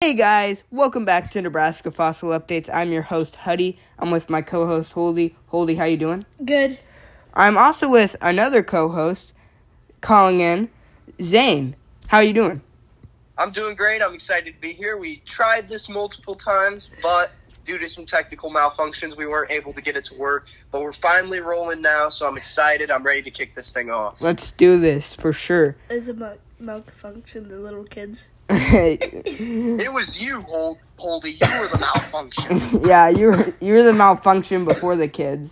Hey guys, welcome back to Nebraska Fossil Updates. I'm your host Huddy. I'm with my co-host Holdy. Holdy, how you doing? Good. I'm also with another co-host calling in, Zane. How you doing? I'm doing great. I'm excited to be here. We tried this multiple times, but due to some technical malfunctions, we weren't able to get it to work. But we're finally rolling now, so I'm excited. I'm ready to kick this thing off. Let's do this for sure. There's a monk, monk function, the little kids. It was you, Hold Holdy. You were the malfunction. yeah, you were you were the malfunction before the kids.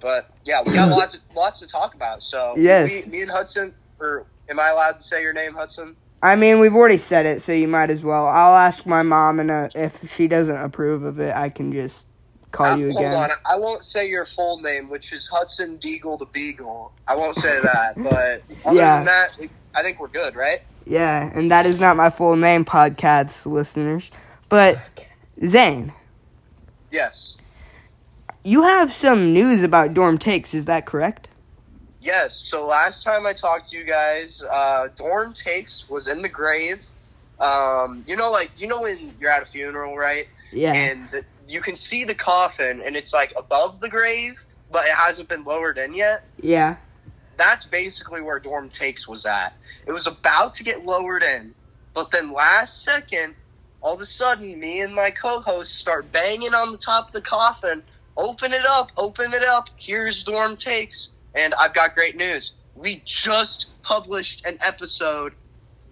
But yeah, we got lots of, lots to talk about. So Yes. we, me and Hudson, or am I allowed to say your name, Hudson? I mean, we've already said it, so you might as well. I'll ask my mom, and uh, if she doesn't approve of it, I can just call Uh, you hold again. on. I won't say your full name, which is Hudson Deagle the Beagle. I won't say that. But other Yeah. than that, we- I think we're good, right? Yeah, and that is not my full name, podcast listeners. But Zane, Yes. you have some news about dorm takes. Is that correct? Yes. So last time I talked to you guys, uh, Dorn Takes was in the grave. Um, you know, like you know when you're at a funeral, right? Yeah. And the, you can see the coffin, and it's like above the grave, but it hasn't been lowered in yet. yeah. That's basically where Dorm Takes was at. It was about to get lowered in, but then last second, all of a sudden, me and my co-host start banging on the top of the coffin. Open it up, open it up. Here's Dorm Takes, and I've got great news. We just published an episode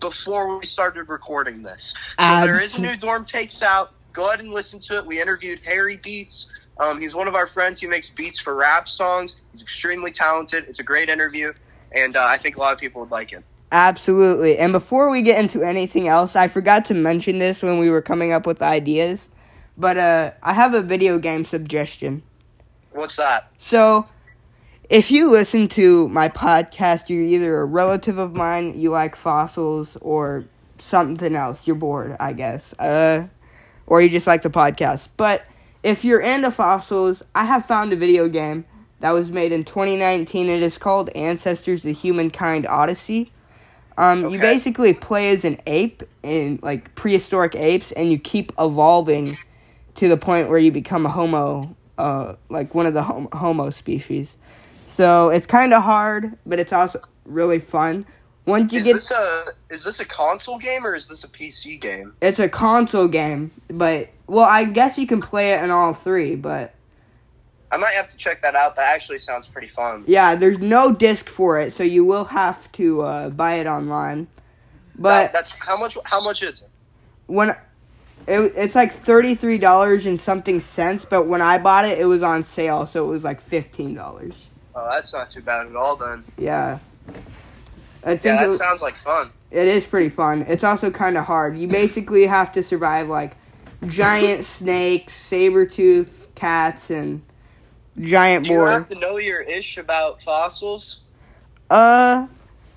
before we started recording this, so there is a Abso- new Dorm Takes out. Go ahead and listen to it. We interviewed Harry Beats. Um, he's one of our friends. He makes beats for rap songs. He's extremely talented. It's a great interview, and uh, I think a lot of people would like it. Absolutely. And before we get into anything else, I forgot to mention this when we were coming up with ideas, but uh, I have a video game suggestion. What's that? So, if you listen to my podcast, you're either a relative of mine, you like fossils, or something else. You're bored, I guess. Uh, or you just like the podcast. But if you're into fossils, I have found a video game that was made in 2019. It is called Ancestors: The Humankind Odyssey. Um, You Okay. basically play as an ape in like prehistoric apes, and you keep evolving to the point where you become a homo, uh, like one of the hom- homo species. So it's kind of hard, but it's also really fun. Once you Is get, this a is this a console game or is this a PC game? it's a console game, but well, I guess you can play it in all three. But I might have to check that out. That actually sounds pretty fun. yeah, there's no disc for it, so you will have to uh, buy it online. But That- that's how much. How much is it? when it, it's like thirty three dollars and something cents, but when I bought it, it was on sale, so it was like fifteen dollars. Oh, that's not too bad at all. Then Yeah, I think yeah, it- that sounds like fun. it is pretty fun. It's also kind of hard. You basically have to survive like giant snakes, saber tooth cats, and giant Do you boar. have to know your ish about fossils? Uh,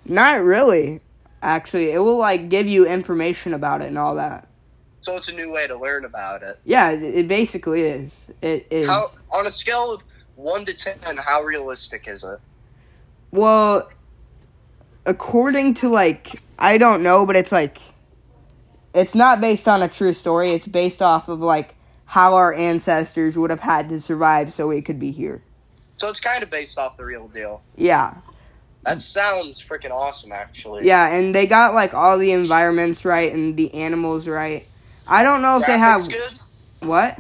not really. Actually, it will like give you information about it and all that. So it's a new way to learn about it. Yeah, it, it basically is. It is. How on a scale of one to ten, how realistic is it? Well, according to like I don't know, but it's like it's not based on a true story. It's based off of like how our ancestors would have had to survive so we could be here. So it's kind of based off the real deal. Yeah. That sounds freaking awesome, actually. Yeah, and they got like all the environments right and the animals right. I don't know if Graphics they have good. what?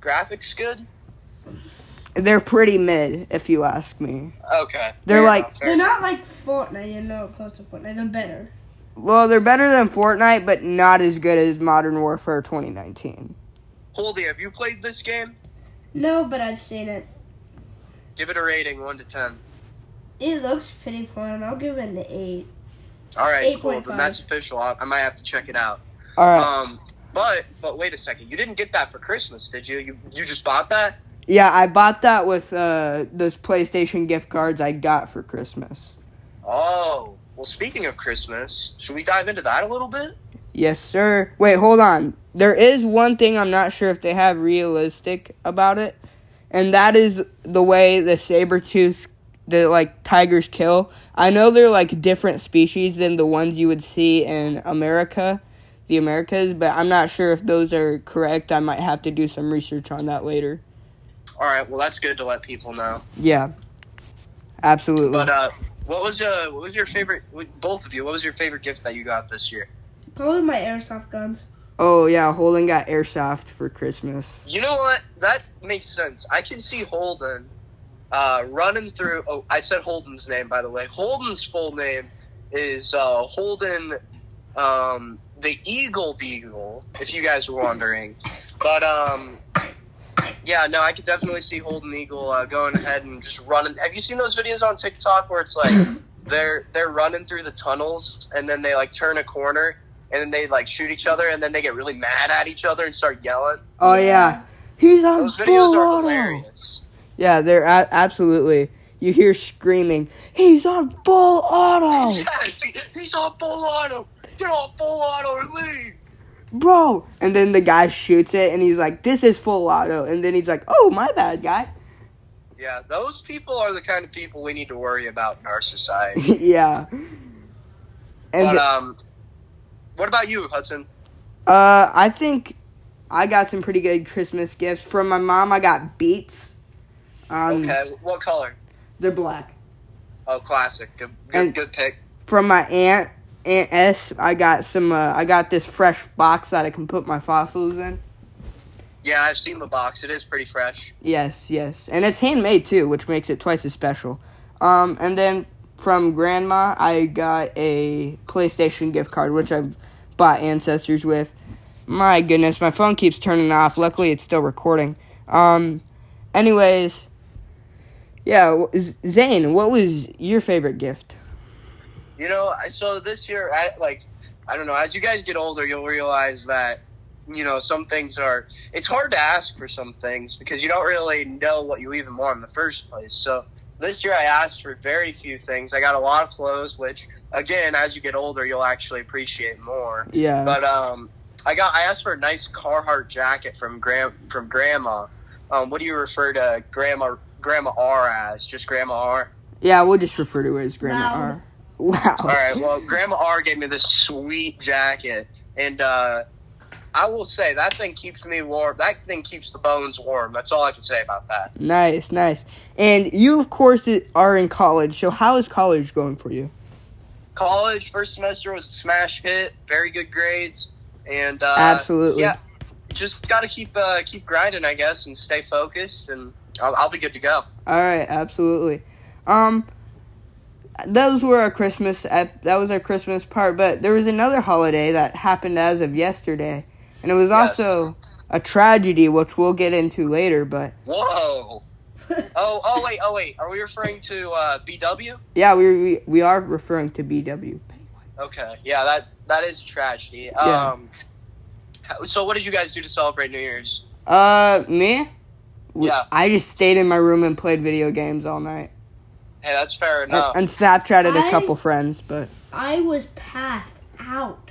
Graphics good. They're pretty mid if you ask me. Okay. They're Fair like- enough, fair They're enough. not like Fortnite. They're not close to Fortnite. They're better. Well, they're better than Fortnite, but not as good as Modern Warfare 2019. Holdy, have you played this game? No, but I've seen it. Give it a rating one to ten. It looks pretty fun. I'll give it an eight. All right, cool. 8.5. Then that's official. I, I might have to check it out. All right. Um, but but wait a second. You didn't get that for Christmas, did you? You you just bought that? Yeah, I bought that with uh, those PlayStation gift cards I got for Christmas. Oh. Well, speaking of Christmas, should we dive into that a little bit? Yes, sir. Wait, hold on. There is one thing I'm not sure if they have realistic about it, and that is the way the saber tooth, the like tigers kill. I know they're like different species than the ones you would see in America, the Americas, but I'm not sure if those are correct. I might have to do some research on that later. All right, well that's good to let people know. Yeah, absolutely. But uh, what was uh, what was your favorite? Both of you, what was your favorite gift that you got this year? Probably my airsoft guns. oh yeah, Holden got airsoft for Christmas. You know what? That makes sense. I can see Holden uh, running through. Oh, I said Holden's name, by the way. Holden's full name is uh, Holden um, the Eagle Beagle, if you guys were wondering. But um, yeah, no, I could definitely see Holden Eagle uh, going ahead and just running. Have you seen those videos on TikTok where it's like they're they're running through the tunnels and then they like turn a corner and then they like shoot each other and then they get really mad at each other and start yelling? Oh yeah, he's on Those videos full are auto. hilarious. Yeah, they're a- absolutely. You hear screaming, he's on full auto, Yes, he- he's on full auto. Get on full auto or leave. bro. And then the guy shoots it, and he's like, "This is full auto." And then he's like, "Oh, my bad, guy." Yeah, those people are the kind of people we need to worry about in our society. yeah. And but um, what about you, Hudson? Uh, I think I got some pretty good Christmas gifts from my mom. I got Beats. Um, okay, what color? They're black. Oh, classic. Good, And- good, good pick. From my aunt, Aunt S. I got some. Uh, I got this fresh box that I can put my fossils in. Yeah, I've seen the box. It is pretty fresh. Yes, yes, and it's handmade too, which makes it twice as special. Um, and then from grandma, I got a PlayStation gift card, which I bought ancestors with. My goodness, my phone keeps turning off. Luckily, it's still recording. Um, anyways, yeah, wh- Z- Zane, what was your favorite gift? You know, I- so this year, I like, I don't know. As you guys get older, you'll realize that you know some things are. It's hard to ask for some things because you don't really know what you even want in the first place. So this year, I asked for very few things. I got a lot of clothes, which again, as you get older, you'll actually appreciate more. Yeah, But um, I got I asked for a nice Carhartt jacket from grand from grandma. Um, what do you refer to grandma grandma R as? Just grandma R. yeah, we'll just refer to it as grandma. Wow. R. Wow. All right. Well, Grandma R gave me this sweet jacket, and uh, I will say that thing keeps me warm. That thing keeps the bones warm. That's all I can say about that. Nice, nice. And you, of course, i- are in college. So, how is college going for you? College first semester was a smash hit. Very good grades, and uh, Absolutely. yeah. Just got to keep uh, keep grinding, I guess, and stay focused, and I'll, I'll be good to go. All right, absolutely. Um, those were our Christmas. Ep- that was our Christmas part. But there was another holiday that happened as of yesterday, and it was Yes. also a tragedy, which we'll get into later. But Whoa. Oh, oh wait, oh wait. Are we referring to uh, BW? yeah, we we, we are referring to BW. Okay, yeah, that that is a tragedy. Yeah. Um, how- so what did you guys do to celebrate New Year's? Uh, me. We- Yeah. I just stayed in my room and played video games all night, Hey, that's fair and, enough. and Snapchatted a I- couple friends. But I was passed out.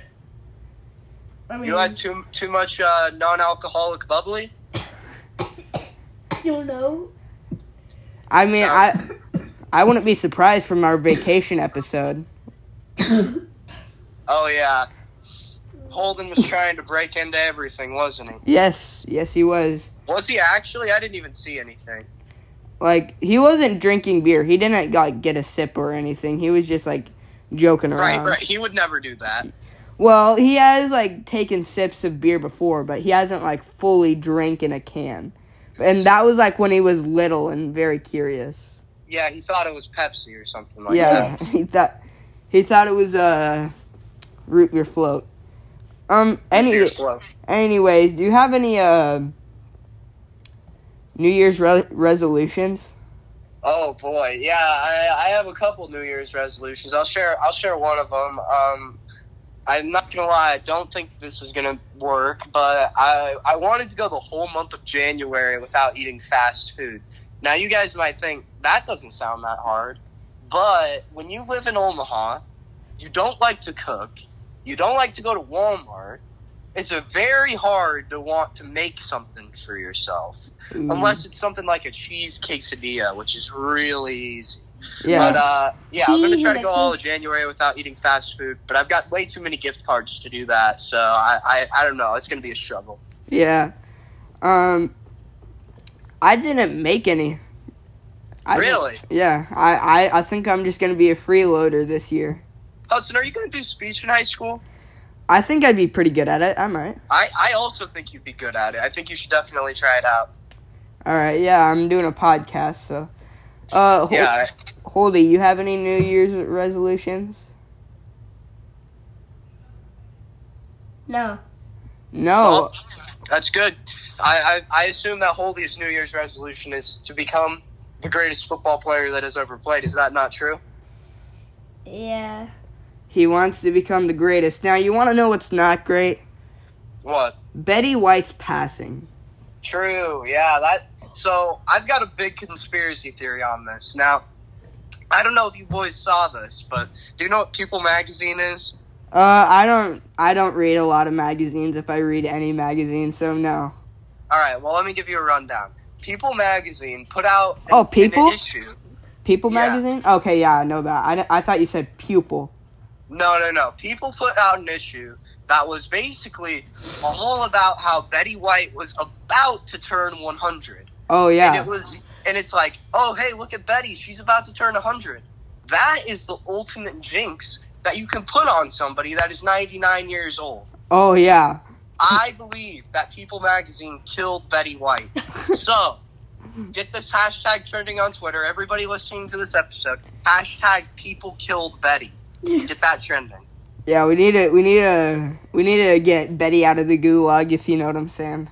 I mean, you had too too much uh, non-alcoholic bubbly. I don't know. I mean, I I wouldn't be surprised from our vacation episode. Oh yeah, Holden was trying to break into everything, wasn't he? Yes, yes, he was. Was he actually? I didn't even see anything. like he wasn't drinking beer. He didn't like get a sip or anything. He was just like joking Right, around. right. He would never do that. Well, he has like taken sips of beer before, but he hasn't like fully drank in a can. And that was like when he was little and very curious. Yeah, he thought it was Pepsi or something like yeah, that. he thought he thought it was uh root beer float. Um Beer any float. anyways, do you have any uh New Year's re- resolutions? Oh boy, yeah, I, I have a couple New Year's resolutions. I'll share. I'll share one of them. Um, I'm not gonna lie. I don't think this is gonna work, but I I wanted to go the whole month of January without eating fast food. Now you guys might think that doesn't sound that hard, but when you live in Omaha, you don't like to cook, you don't like to go to Walmart. It's a very hard to want to make something for yourself Ooh. Mm. unless it's something like a cheese quesadilla, which is really easy. Yeah. But uh, yeah, I'm gonna Tea try to and go a all of piece. January without eating fast food. But I've got way too many gift cards to do that, so I I, I don't know. It's gonna be a struggle. yeah. Um, I didn't make any. I didn't- really, Yeah. I, I, I think I'm just gonna be a freeloader this year. Hudson, are you gonna do speech in high school? I think I'd be pretty good at it. I might. I I also think you'd be good at it. I think you should definitely try it out. All right. Yeah. I'm doing a podcast, so. Uh, Hol- Yeah. Holdy, you have any New Year's resolutions? No. No. oh. Well, that's good. I, I, I assume that Holdy's New Year's resolution is to become the greatest football player that has ever played. Is that not true? Yeah. He wants to become the greatest. Now, you want to know what's not great? What? Betty White's passing. True. Yeah. That. So I've got a big conspiracy theory on this. Now, I don't know if you boys saw this, but do you know what People Magazine is? Uh, I don't, I don't read a lot of magazines if I read any magazine, so no. All right. Well, let me give you a rundown. People Magazine put out an- Oh, People? an issue. People Yeah. magazine? Okay, yeah, I know that. I, kn- I thought you said pupil. No, no, no. People put out an issue that was basically all about how Betty White was about to turn 100. Oh And yeah, it was and it's like, "Oh, hey, look at Betty. She's about to turn 100." That is the ultimate jinx that you can put on somebody that is 99 years old. oh yeah. I believe that People magazine killed Betty White. so, get this hashtag trending on Twitter. Everybody listening to this episode, hashtag people killed Betty. Get that trending. Yeah, we need to, we need to, we need to get Betty out of the gulag, if you know what I'm saying.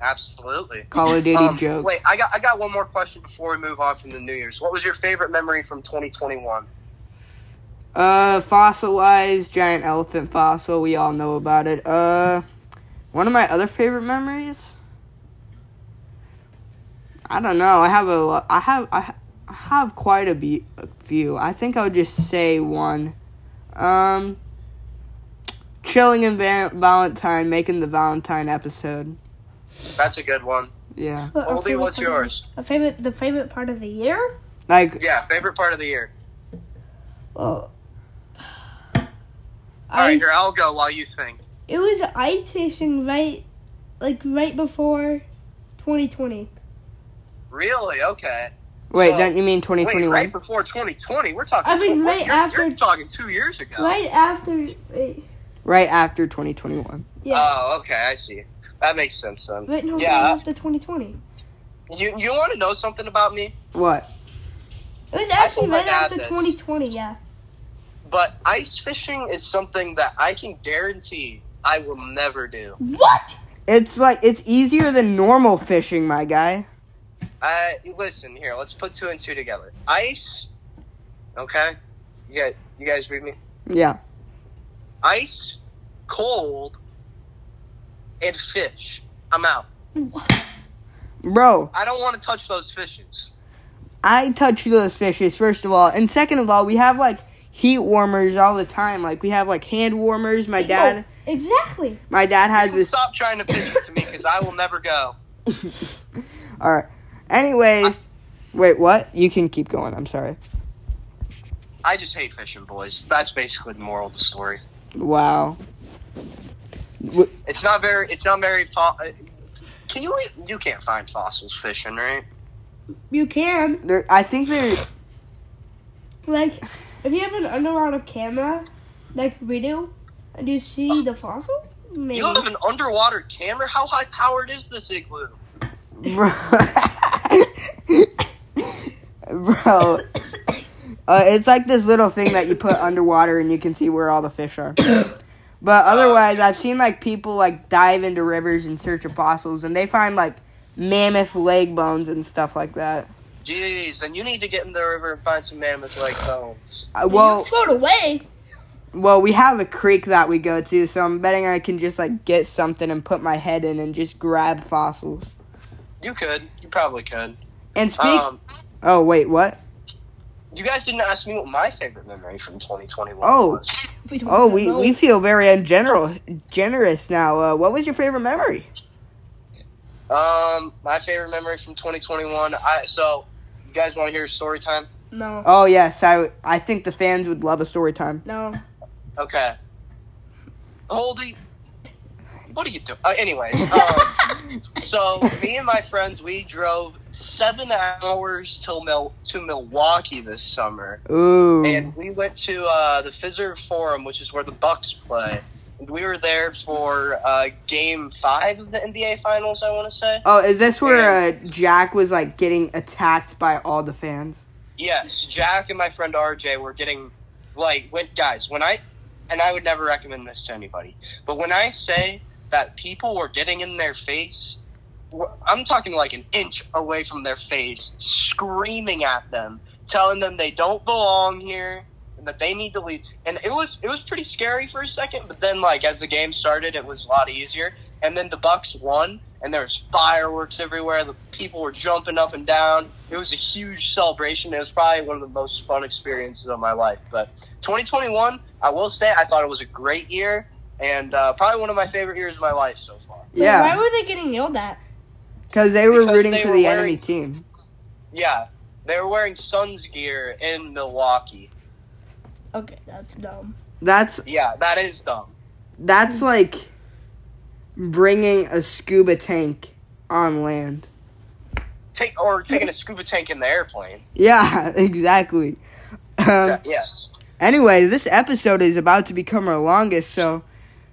Absolutely. Call of Duty Um, joke. Wait, I got I got one more question before we move on from the New Year's. What was your favorite memory from 2021? Uh, fossilized giant elephant fossil. We all know about it. Uh, one of my other favorite memories. I don't know. I have a. lo- I have. I ha- I have quite a, be- a few. I think I'll just say one. Um, chilling in Val- Valentine, making the Valentine episode. That's a good one. Yeah, But our Oldie, favorite what's part of the- yours? Our favorite, the favorite part of the year? like Yeah, favorite part of the year. Well, All right, Oh. ice- here I'll go while you think. it was ice fishing right, like right before 2020. Really? Okay. wait, So- don't you mean Wait, 2021? right before 2020, we're talking. I mean, tw- right you're- after- You're talking two years ago. Right after, wait, right after 2021. yeah, Oh, okay, I see. That makes sense then. right no, yeah. right after 2020. You you want to know something about me? What? It was told actually my right dad after this. 2020. Yeah, But ice fishing is something that I can guarantee I will never do. what? It's like it's easier than normal fishing, my guy. Uh, listen here. Let's put two and two together. Ice. Okay. You guys, you guys read me. Yeah. Ice, cold, and fish. I'm out. Bro, I don't want to touch those fishes. I touch those fishes, first of all. And second of all, we have like heat warmers all the time. Like we have like hand warmers. My dad No, exactly. my dad has You can this Stop trying to pitch it to me because I will never go. Alright. Anyways Wait, what? You can keep going, I'm sorry. I just hate fishing, boys. That's basically the moral of the story. Wow. W- It's not very. It's not very. Fo- uh, can you? You can't find fossils fishing, right? You can There, I think there. like if you have an underwater camera, like we do, and you see the fossil. Maybe. You have an underwater camera. How high powered is this igloo? Bro. Bro. Uh, it's like this little thing that you put underwater and you can see where all the fish are. But otherwise, I've seen like people like dive into rivers in search of fossils and they find like mammoth leg bones and stuff like that. Jeez, then you need to get in the river and find some mammoth like bones. Uh, well, you float away. well, we have a creek that we go to, so I'm betting I can just like get something and put my head in and just grab fossils. You could. You probably could. And speak. Um, oh wait, what? you guys didn't ask me what my favorite memory from 2021 Oh. was. We don't Oh, even we, know. we feel very ungeneral generous now. Uh, what was your favorite memory? Um, my favorite memory from 2021. I so you guys want to hear a story time? No. Oh yes, I I think the fans would love a story time. No. Okay. Holdy, what are you doing? Uh, anyway, um, so me and my friends we drove seven hours till Mil- to Milwaukee this summer, Ooh. and we went to uh, the Fizzer Forum, which is where the Bucks play. And we were there for uh, Game Five of the NBA Finals. I want to say oh, is this where uh, Jack was like getting attacked by all the fans? yes. Jack and my friend RJ were getting like when guys when I and I would never recommend this to anybody, but when I say that people were getting in their face, wh- I'm talking like an inch away from their face, screaming at them, telling them they don't belong here and that they need to leave. And it was it was pretty scary for a second, but then like as the game started, it was a lot easier. And then the Bucks won, and there was fireworks everywhere. The people were jumping up and down. It was a huge celebration. It was probably one of the most fun experiences of my life. But 2021, I will say, I thought it was a great year, and uh, probably one of my favorite years of my life so far. Wait, Why yeah, were they getting yelled at? because they were Because rooting they for were the wearing- enemy team. Yeah, they were wearing Suns gear in Milwaukee. Okay, that's dumb. That's Yeah, that is dumb. that's like bringing a scuba tank on land. Take or taking a scuba tank in the airplane. Yeah, exactly. Um, Yeah, yes, anyway, this episode is about to become our longest, so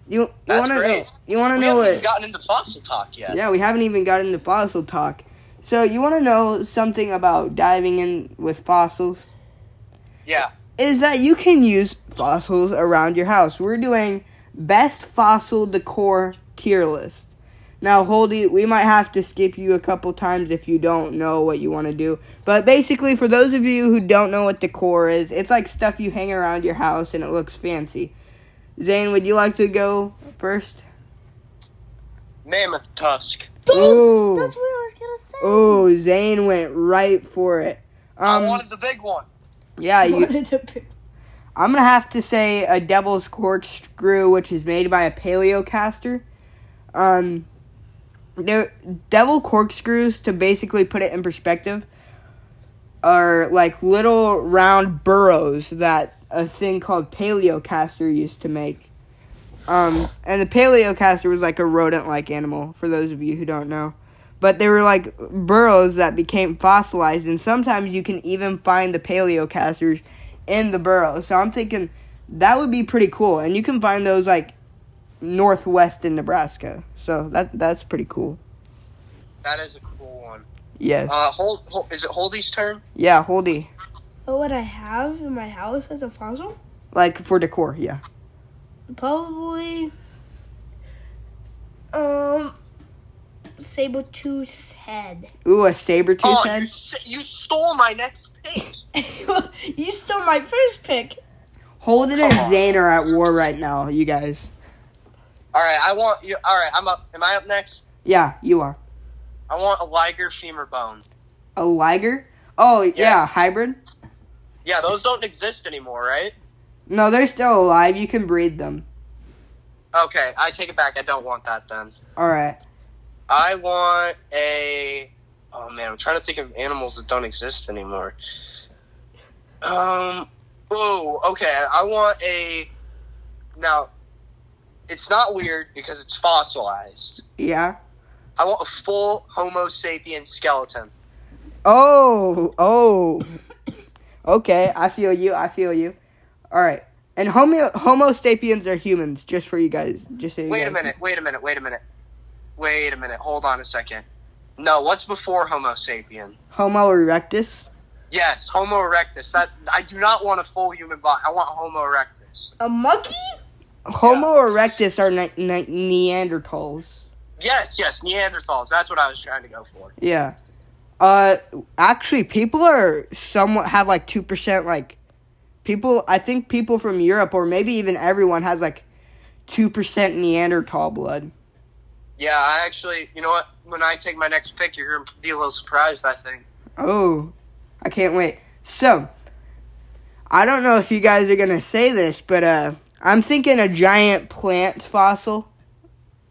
you you That's want to know great. you want to we know haven't even what? gotten into fossil talk yet. Yeah, we haven't even gotten into fossil talk. So you want to know something about diving in with fossils? Yeah, Is that you can use fossils around your house. We're doing best fossil decor tier list. Now, Holdy, we might have to skip you a couple times if you don't know what you want to do. But basically, for those of you who don't know what decor is, it's like stuff you hang around your house and it looks fancy. Zane, would you like to go first? mammoth tusk. Ooh. That's what I was gonna say. Oh, Zane went right for it. I Um, wanted the big one. yeah, you, Wanted to pick- I'm gonna have to say a devil's corkscrew, which is made by a paleocaster. Um, they're devil corkscrews. To basically put it in perspective, are like little round burrows that a thing called paleocaster used to make. Um, and the paleocaster was like a rodent-like animal. For those of you who don't know. But they were like burrows that became fossilized, and sometimes you can even find the paleocasters in the burrow. So I'm thinking that would be pretty cool. And you can find those like northwest in Nebraska. So that that's pretty cool. That is a cool one. Yes. Uh, hold, hold. Is it Holdy's turn? yeah, holdy. But Oh, what I have in my house as a fossil? Like for decor, yeah. Probably um saber tooth head. Ooh, a saber tooth oh, you, head. s- you stole my next pick. you stole my first pick. Holden and Come on. Zane are at war right now, you guys. all right, I want you. All right, I'm up. Am I up next? Yeah, you are. I want a liger femur bone. A liger? Oh yeah, Yeah. hybrid? Yeah, those don't exist anymore, right? No, they're still alive. You can breed them. Okay, I take it back. I don't want that then. Alright. I want a. Oh man, I'm trying to think of animals that don't exist anymore. Um. Oh, okay. I want a. Now, it's not weird because it's fossilized. Yeah. I want a full Homo sapien skeleton. Oh, oh. Okay, I feel you. I feel you. All right. And Homo Homo sapiens are humans, just for you guys. Just so you Wait guys a minute. Wait a minute. Wait a minute. Wait a minute. Hold on a second. No, what's before Homo sapien? Homo erectus. Yes, Homo erectus. That I do not want a full human body. I want Homo erectus. A monkey? Homo erectus are ne- ne- Neanderthals. Yes, yes, Neanderthals. That's what I was trying to go for. Yeah. Uh, actually, people are somewhat have like two percent. Like, people. I think people from Europe or maybe even everyone has like two percent Neanderthal blood. Yeah, I actually, you know what? When I take my next pick, you're going to be a little surprised, I think. Oh, I can't wait. So, I don't know if you guys are gonna say this, but uh, I'm thinking a giant plant fossil,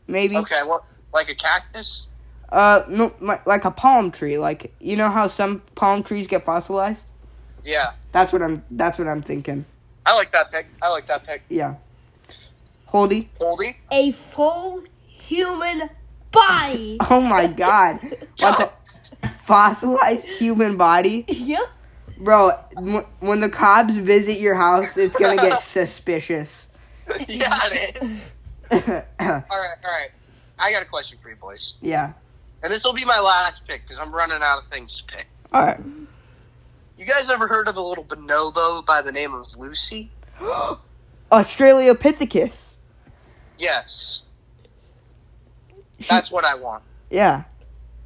maybe. Okay, what? Like a cactus? Uh, no, mi- like a palm tree. Like you know how some palm trees get fossilized. Yeah, That's what I'm. That's what I'm thinking. I like that pick. I like that pick. Yeah. Holdy. Holdy. A full human body. Oh my god. What the fossilized human body, yep. bro? wh- When the cops visit your house, it's gonna get suspicious. yeah, it is. All right, all right. I got a question for you boys, yeah. and this will be my last pick because I'm running out of things to pick. All right. You guys ever heard of a little bonobo by the name of Lucy? Australopithecus. Yes, She- that's what I want. yeah.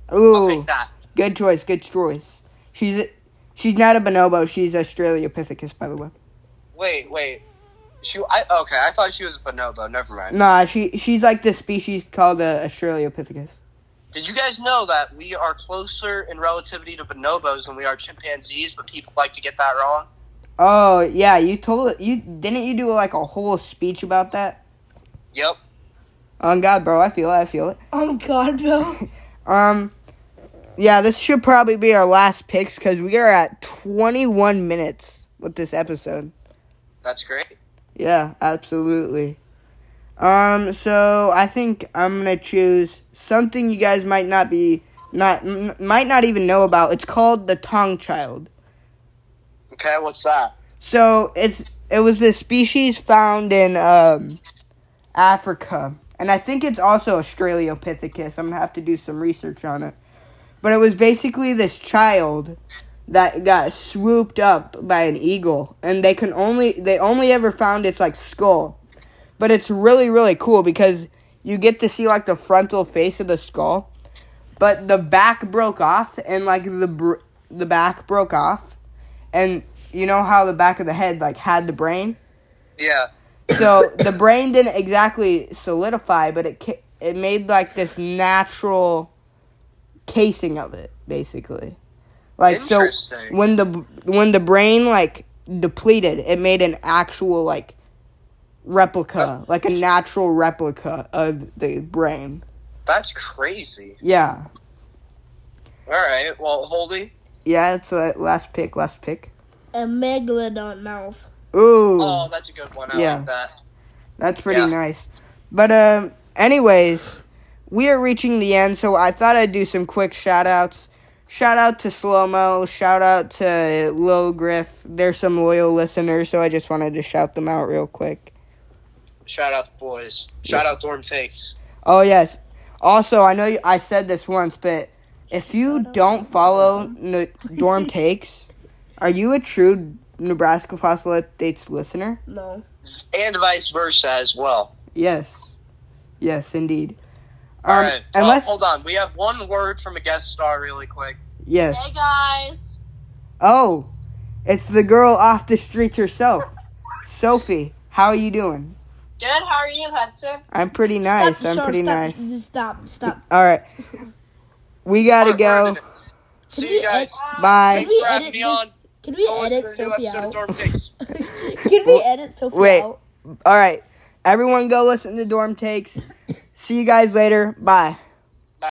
I'll Ooh, take that. good choice. Good choice. She's a, she's not a bonobo. She's Australopithecus, by the way. Wait, wait. She, I, okay, I thought she was a bonobo. Never mind. Nah, she she's like the species called uh, Australopithecus. Did you guys know that we are closer in relativity to bonobos than we are chimpanzees, but people like to get that wrong? Oh yeah, you told you didn't you do like a whole speech about that? Yep. On God, bro, I feel it. I feel it. Oh God, bro. Um, yeah, this should probably be our last picks because we are at 21 minutes with this episode. That's great. Yeah, absolutely. Um, so I think I'm gonna choose something you guys might not be not m- might not even know about. It's called the Tong Child. Okay, what's that? So it's it was a species found in um, Africa, and I think it's also Australopithecus. I'm gonna have to do some research on it, but it was basically this child that got swooped up by an eagle, and they can only they only ever found its like skull, but it's really really cool because you get to see like the frontal face of the skull, but the back broke off, and like the br- the back broke off, and you know how the back of the head like had the brain Yeah. so the brain didn't exactly solidify but it ca- it made like this natural casing of it basically like so Interesting. when the b- when the brain like depleted it made an actual like replica like a natural replica of the brain That's crazy. yeah All right. Well, Holdy. yeah it's a last pick last pick A megalodon mouth. ooh Oh, that's a good one. I Yeah. like that. That's pretty Yeah. nice. But um anyways, we are reaching the end, so I thought I'd do some quick shout outs. Shout out to Slow Mo, shout out to Lil Griff. They're some loyal listeners, so I just wanted to shout them out real quick. Shout out the boys. Shout out Dorm Takes. Oh yes. Also, I know you, I said this once, but if you don't follow N- Dorm Takes, are you a true Nebraska Fossil Updates listener? No. And vice versa as well. Yes. Yes, indeed. Um, All right. Well, Unless, hold on. We have one word from a guest star really quick. yes. guys. Oh, it's the girl off the streets herself. Sophie, how are you doing? Good. How are you, Hudson? I'm pretty nice. Stop, I'm stop, pretty stop, nice. Stop. Stop. All right. We gotta Alright, we're go. gonna- Can See we you guys. ed- Bye. Can we for having edit me this? on. Can we Go listen edit to a new Sophie episode of out? Dorm Takes. Can we Well, edit Sophie wait. out? All right. Everyone go listen to Dorm Takes. See you guys later. Bye.